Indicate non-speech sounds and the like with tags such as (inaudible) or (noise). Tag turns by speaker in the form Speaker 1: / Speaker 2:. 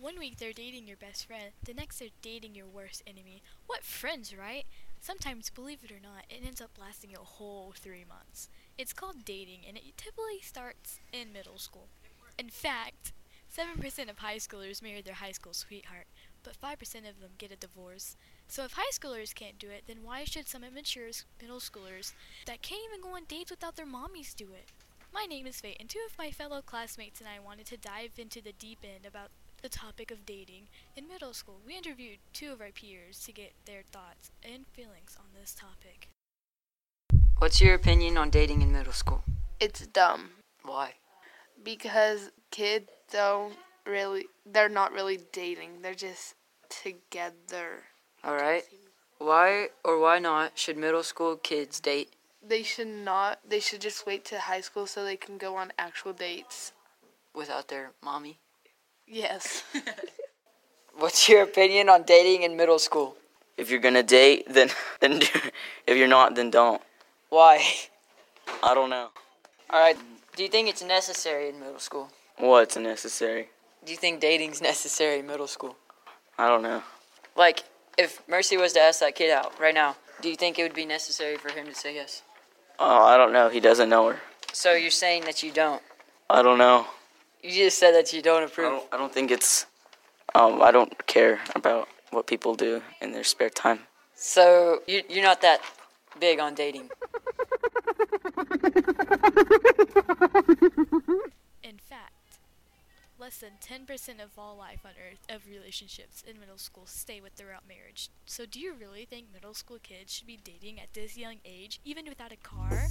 Speaker 1: One week they're dating your best friend, the next they're dating your worst enemy. What friends, right? Sometimes, believe it or not, it ends up lasting a whole three months. It's called dating, and it typically starts in middle school. In fact, 7% of high schoolers marry their high school sweetheart, but 5% of them get a divorce. So if high schoolers can't do it, then why should some immature s- middle schoolers that can't even go on dates without their mommies do it? My name is Faye, and two of my fellow classmates and I wanted to dive into the deep end about the topic of dating in middle school. We interviewed two of our peers to get their thoughts and feelings on this topic.
Speaker 2: What's your opinion on dating in middle school?
Speaker 3: It's dumb
Speaker 2: Why?
Speaker 3: because kids don't really, they're not really dating. They're just together.
Speaker 2: All right. Why or why not should middle school kids date?
Speaker 3: They should not, they should just wait to high school so they can go on actual dates.
Speaker 2: without their mommy.
Speaker 3: Yes.
Speaker 2: What's your opinion on dating in middle school?
Speaker 4: If you're gonna date, then (laughs) then do, if you're not, then don't.
Speaker 2: Why? (laughs)
Speaker 4: I don't know.
Speaker 2: All right. Do you think it's necessary in middle school?
Speaker 4: What's necessary?
Speaker 2: Do you think dating's (laughs) necessary in middle school?
Speaker 4: I don't know.
Speaker 2: Like, if Mercy was to ask that kid out right now, do you think it would be necessary for him to say yes?
Speaker 4: Oh, I don't know. He doesn't know her.
Speaker 2: So you're saying that you don't.
Speaker 4: I don't know.
Speaker 2: You just said that you don't
Speaker 4: I
Speaker 2: approve.
Speaker 4: don't, I don't think it's. Um, I don't care about what people do in their spare time.
Speaker 2: So you, you're not that big on dating.
Speaker 1: In fact, less than 10% of all life on earth of relationships in middle school stay with throughout marriage. So do you really think middle school kids should be dating at this young age even without a car?